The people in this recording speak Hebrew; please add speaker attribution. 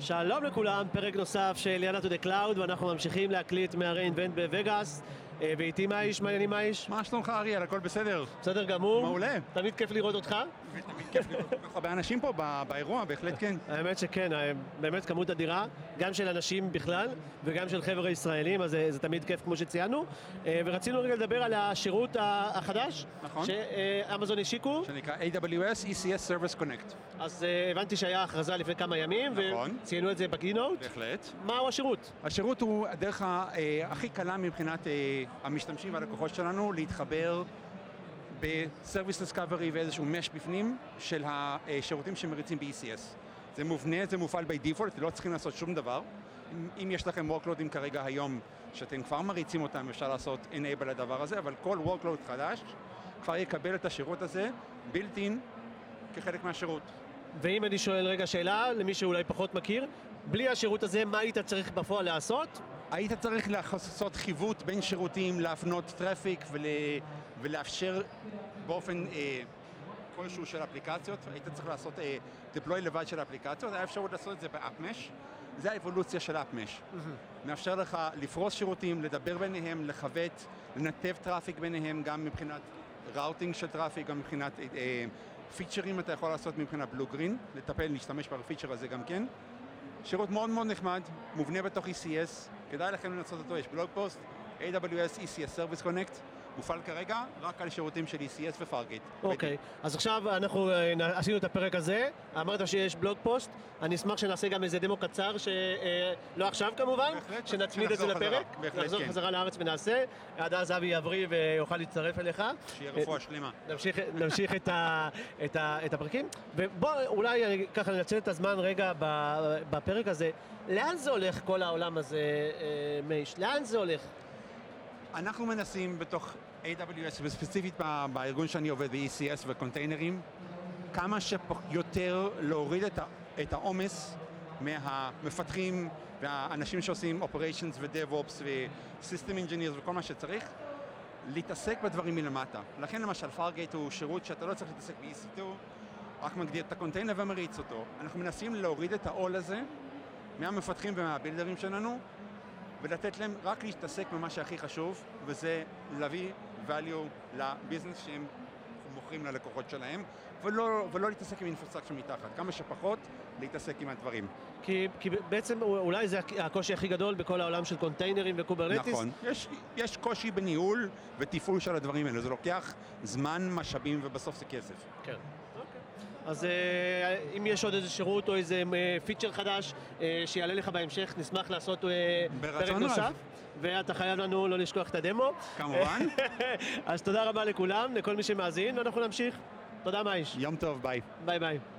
Speaker 1: שלום לכולם, פרק נוסף של יאנה טו דה קלאוד, ואנחנו ממשיכים להקליט מהריינבנד בווגאס. אה, ואיתי מה האיש, מעניינים מה האיש?
Speaker 2: מה שלומך אריאל? הכל בסדר?
Speaker 1: בסדר גמור.
Speaker 2: מעולה.
Speaker 1: תמיד כיף לראות אותך.
Speaker 2: תמיד כיף לראות כל כך הרבה אנשים פה ב- באירוע, בהחלט כן.
Speaker 1: האמת שכן, אה, באמת כמות אדירה, גם של אנשים בכלל, וגם של חבר'ה ישראלים, אז אה, זה תמיד כיף כמו שציינו. אה, ורצינו רגע לדבר על השירות ה- החדש,
Speaker 2: נכון.
Speaker 1: שאמזון השיקו.
Speaker 2: שנקרא AWS ECS E Service Connect.
Speaker 1: אז אה, הבנתי שהיה הכרזה לפני כמה ימים,
Speaker 2: נכון. כן.
Speaker 1: וציינו את זה בקינוט.
Speaker 2: בהחלט.
Speaker 1: מהו השירות?
Speaker 2: השירות הוא הדרך ה- אה, הכי קלה מבחינת אה, המשתמשים והלקוחות שלנו להתחבר ב-Service Discovery ואיזשהו mesh בפנים של השירותים שמריצים ב-ECS. זה מובנה, זה מופעל by default, לא צריכים לעשות שום דבר. אם- אם יש לכם workloadים כרגע היום, שאתם כבר מריצים אותם, אפשר לעשות enable לדבר הזה, אבל כל workload חדש כבר יקבל את השירות הזה built in כחלק מהשירות.
Speaker 1: ואם אני שואל רגע שאלה, למי שאולי פחות מכיר, בלי השירות הזה, מה היית צריך בפועל לעשות?
Speaker 2: היית צריך לעשות חיווט בין שירותים, להפנות טראפיק ול... ולאפשר באופן אה, כלשהו של אפליקציות, היית צריך לעשות אה, deploy לבד של אפליקציות, היה אפשרות לעשות את זה באפמש, זה האבולוציה של אפמש. מאפשר לך לפרוס שירותים, לדבר ביניהם, לכוות, לנתב טראפיק ביניהם, גם מבחינת ראוטינג של טראפיק, גם מבחינת אה, אה, פיצ'רים אתה יכול לעשות מבחינה בלו-גרין, לטפל, להשתמש בפיצ'ר הזה גם כן. שירות מאוד מאוד נחמד, מובנה בתוך ECS, כדאי לכם לנסות אותו, יש בלוג פוסט, AWS ECS E Service Connect, מופעל כרגע רק על שירותים של E ECS ופארגייט.
Speaker 1: אוקיי, אז עכשיו אנחנו אה, נ- עשינו את הפרק הזה, אמרת שיש בלוג פוסט, אני אשמח שנעשה גם איזה דמו קצר, שלא עכשיו כמובן,
Speaker 2: בהחלט.
Speaker 1: שנצמיד את זה
Speaker 2: שנחזור
Speaker 1: לפרק,
Speaker 2: חזרה, בהחלט,
Speaker 1: נחזור
Speaker 2: כן.
Speaker 1: חזרה לארץ ונעשה, עד אז אבי יבריא ויוכל להצטרף אליך.
Speaker 2: שיהיה רפואה שלמה.
Speaker 1: נמשיך, נמשיך את, ה, את, ה, את הפרקים, ובוא אולי אני ככה ננצל את הזמן רגע ב- בפרק הזה, לאן זה הולך כל העולם הזה, אה, מייש? לאן זה הולך?
Speaker 2: אנחנו מנסים בתוך AWS, וספציפית ב- בארגון שאני עובד ב-ECS וקונטיינרים, כמה שיותר להוריד את ה- את העומס מהמפתחים והאנשים שעושים Operations ו-DevOps ו-System Engineers וכל מה שצריך, להתעסק בדברים מלמטה. לכן למשל פארגייט הוא שירות שאתה לא צריך להתעסק ב-EC2, רק מגדיר את הקונטיינר ומריץ אותו. אנחנו מנסים להוריד את העול הזה מהמפתחים ומהבילדרים שלנו, ולתת להם רק להתעסק במה שהכי חשוב, וזה להביא value לביזנס שהם מוכרים ללקוחות שלהם, ולא, ולא להתעסק עם אינפרסקציה מתחת, כמה שפחות להתעסק עם הדברים.
Speaker 1: כי, כי בעצם אולי זה הקושי הכי גדול בכל העולם של קונטיינרים וקוברנטיס.
Speaker 2: נכון. יש, יש קושי בניהול ותפעול של הדברים האלה, זה לוקח זמן, משאבים ובסוף זה כסף.
Speaker 1: כן. אז אה, אם יש עוד איזה שירות או איזה אה, פיצ'ר חדש אה, שיעלה לך בהמשך, נשמח לעשות אה,
Speaker 2: ברצון
Speaker 1: פרק
Speaker 2: רב.
Speaker 1: נוסף. ואתה חייב לנו לא לשכוח את הדמו.
Speaker 2: כמובן.
Speaker 1: אז תודה רבה לכולם, לכל מי שמאזין, ואנחנו נמשיך. תודה מאיש.
Speaker 2: יום טוב, ביי.
Speaker 1: ביי ביי.